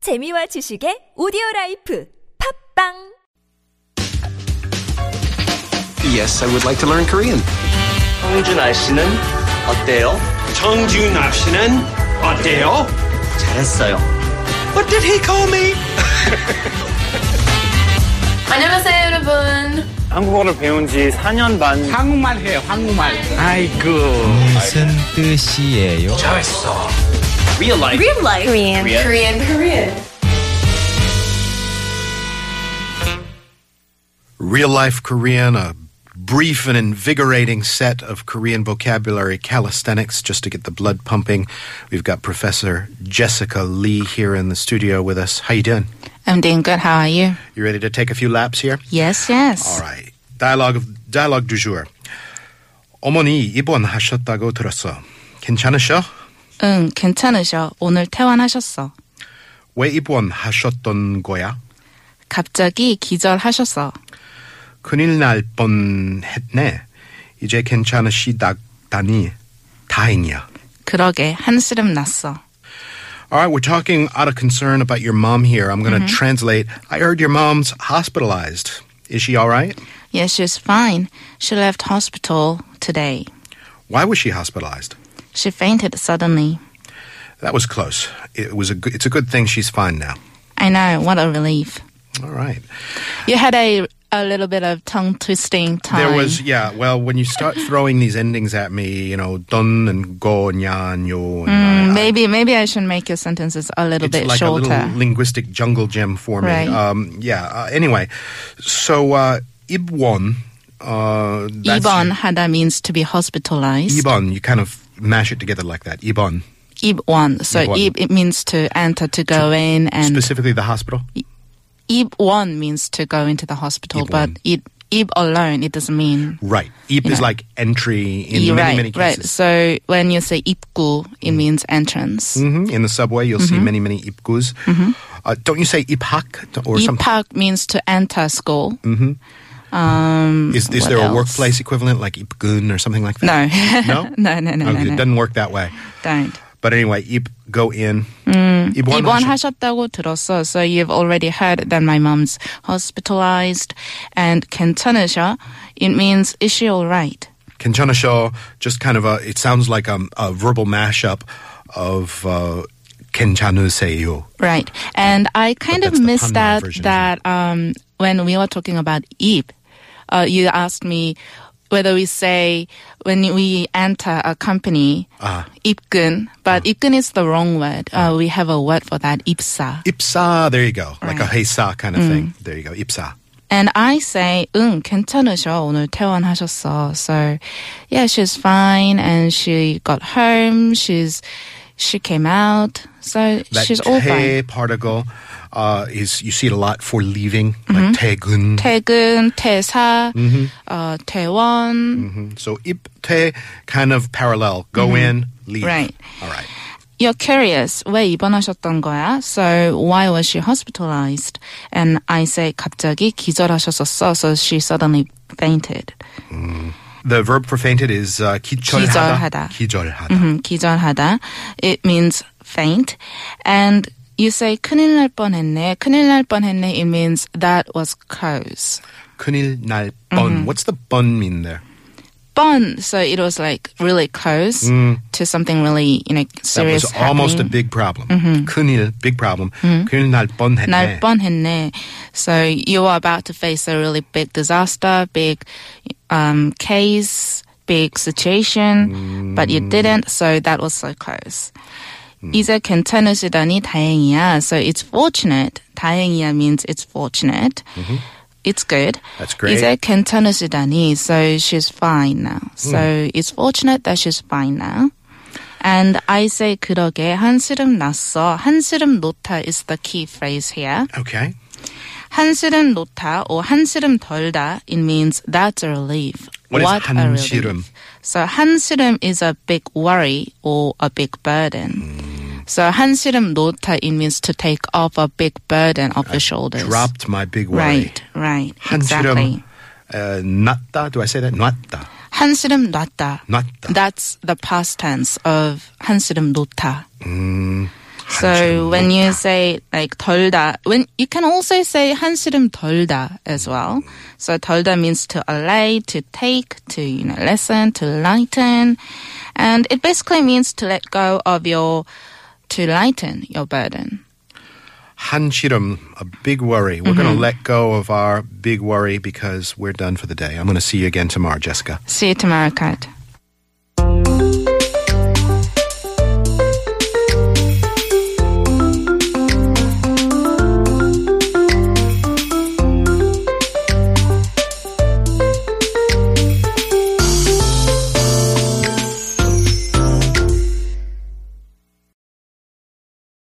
재미와 지식의 오디오 라이프 팝빵 Yes, I would like to learn Korean. 홍준아 씨는 어때요? 정준합 씨는 어때요? 잘했어요. What did he call me? 안녕하세요 여러분. 한국어를 배운 지 4년 반 무슨 뜻이에요? Real life. Korean Korean. Real Life Korean, a brief and invigorating set of Korean vocabulary calisthenics just to get the blood pumping. We've got Professor Jessica Lee here in the studio with us. How you doing? I'm doing good. How are you? You ready to take a few laps here? Yes, yes. All right. Dialogue of dialogue du jour. 어머니 입원하셨다고 들었어. 괜찮으셔? 응, 괜찮으셔. 오늘 퇴원하셨어. 왜 입원하셨던 거야? 갑자기 기절하셨어. 큰일 날 뻔했네. 이제 괜찮으시다니 다행이야. 그러게 한스름 났어. All right, we're talking out of concern about your mom here. I'm Mm-hmm. going to translate. I heard your mom's hospitalized. Is she all right? Yes, she's fine. She left hospital today. Why was she hospitalized? She fainted suddenly. That was close. It was a good, it's a good thing she's fine now. I know. What a relief. All right. You had a a little bit of tongue twisting time. There was yeah, well, when you start throwing these endings at me, you know, dun and go and ya and yo and I- I- Mm, maybe maybe I should make your sentences a little it's bit like shorter. a little linguistic jungle gym for me. Right. Um, yeah. Uh, anyway, so uh, Ibwon. Uh, that's- Ibon hada means to be hospitalized. Ibon, you kind of mash it together like that. Ibon, Ibon. So Ibon. Ib it means to enter, to go in, and specifically the hospital. 입원 means to go into the hospital, but it ib alone it doesn't mean. Right. Ip is like entry in You're many, right, many right. cases. Mm. So when you say 입구, it means entrance. hmm In the subway, you'll see Mm-hmm. many, many ipgus. Uh, don't you say iphak or something? 입학 means to enter school. Um, Is, is what there a else? workplace equivalent like ipgun or something like that? No. No? no, no, no, okay, no, It no. doesn't work that way. Don't. But anyway, ip, go in. Mm. Ibon hash- 입원하셨다고 들었어. So you've already heard that my mom's hospitalized and 괜찮으셔. It means is she all right? Kenchana Shaw, just kind of a, it sounds like um, a verbal mashup of uh, Kenchanu Seiyu. Right. And I kind that's of the missed Punman out version, isn't that um, when we were talking about Ip, uh, you asked me whether we say when we enter a company, Ah. uh. Ipgun, but Ipgun is the wrong word. Uh, we have a word for that, Ipsa. Ipsa, there you go. Like a Right. Mm. heisa kind of thing. There you go, ipsa. And I say, 응, 괜찮으셔. 오늘 퇴원하셨어. So, yeah, she's fine and she got home. She's, she came out. So That she's all fine. te particle uh, is you see it a lot for leaving, Mm-hmm. like tegun. 퇴근, 퇴사, 어, 퇴원, Mm-hmm. So ip te kind of parallel. Go in, leave. Mm-hmm. Right. All right. You're curious. 왜 입원하셨던 거야? So why was she hospitalized? And I say 갑자기 기절하셨었어. So she suddenly fainted. The verb for fainted is uh, 기절하다. 기절하다. 기절하다. 음, 기절하다. It means faint. And you say 큰일 날 뻔했네. 큰일 날 뻔했네. It means that was close. 큰일 날 Mm-hmm. 뻔. What's the bun mean there? Bun. So it was like really close to something really, you know, That serious. was almost a happening. big problem. 큰일, big problem. 큰일 날 뻔했네. 날 뻔했네. So you are about to face a really big disaster, big um, case, big situation, but you didn't. So that was so close. 이제 괜찮으시다니 다행이야. So it's fortunate. 다행이야 means it's fortunate. It's good. That's great. 이제 괜찮으시다니. So she's fine now. So it's fortunate that she's fine now. And I say 그러게 한스름 났어. 한스름 놓다 is the key phrase here. Okay. 한스름 놓다 or 한스름 덜다 it means that's a relief. What is a relief. 한스름? So 한스름 is a big worry or a big burden. So 한스름 놓다 it means to take off a big burden off your shoulders. Dropped my big worry. Right, right, 한스름, exactly. uh, 났다. Do I say that? 놨다. 한스름 놨다. 놨다. That's the past tense of 한스름 놓다. So when you say like 덜다, when you can also say 한시름 덜다 as well. So 덜다 means to allay, to take, to you know lessen, to lighten, and it basically means to let go of your, to lighten your burden. Hanchirum, a big worry. We're going to let go of our big worry because we're done for the day. I'm going to see you again tomorrow, Jessica. See you tomorrow, Kat.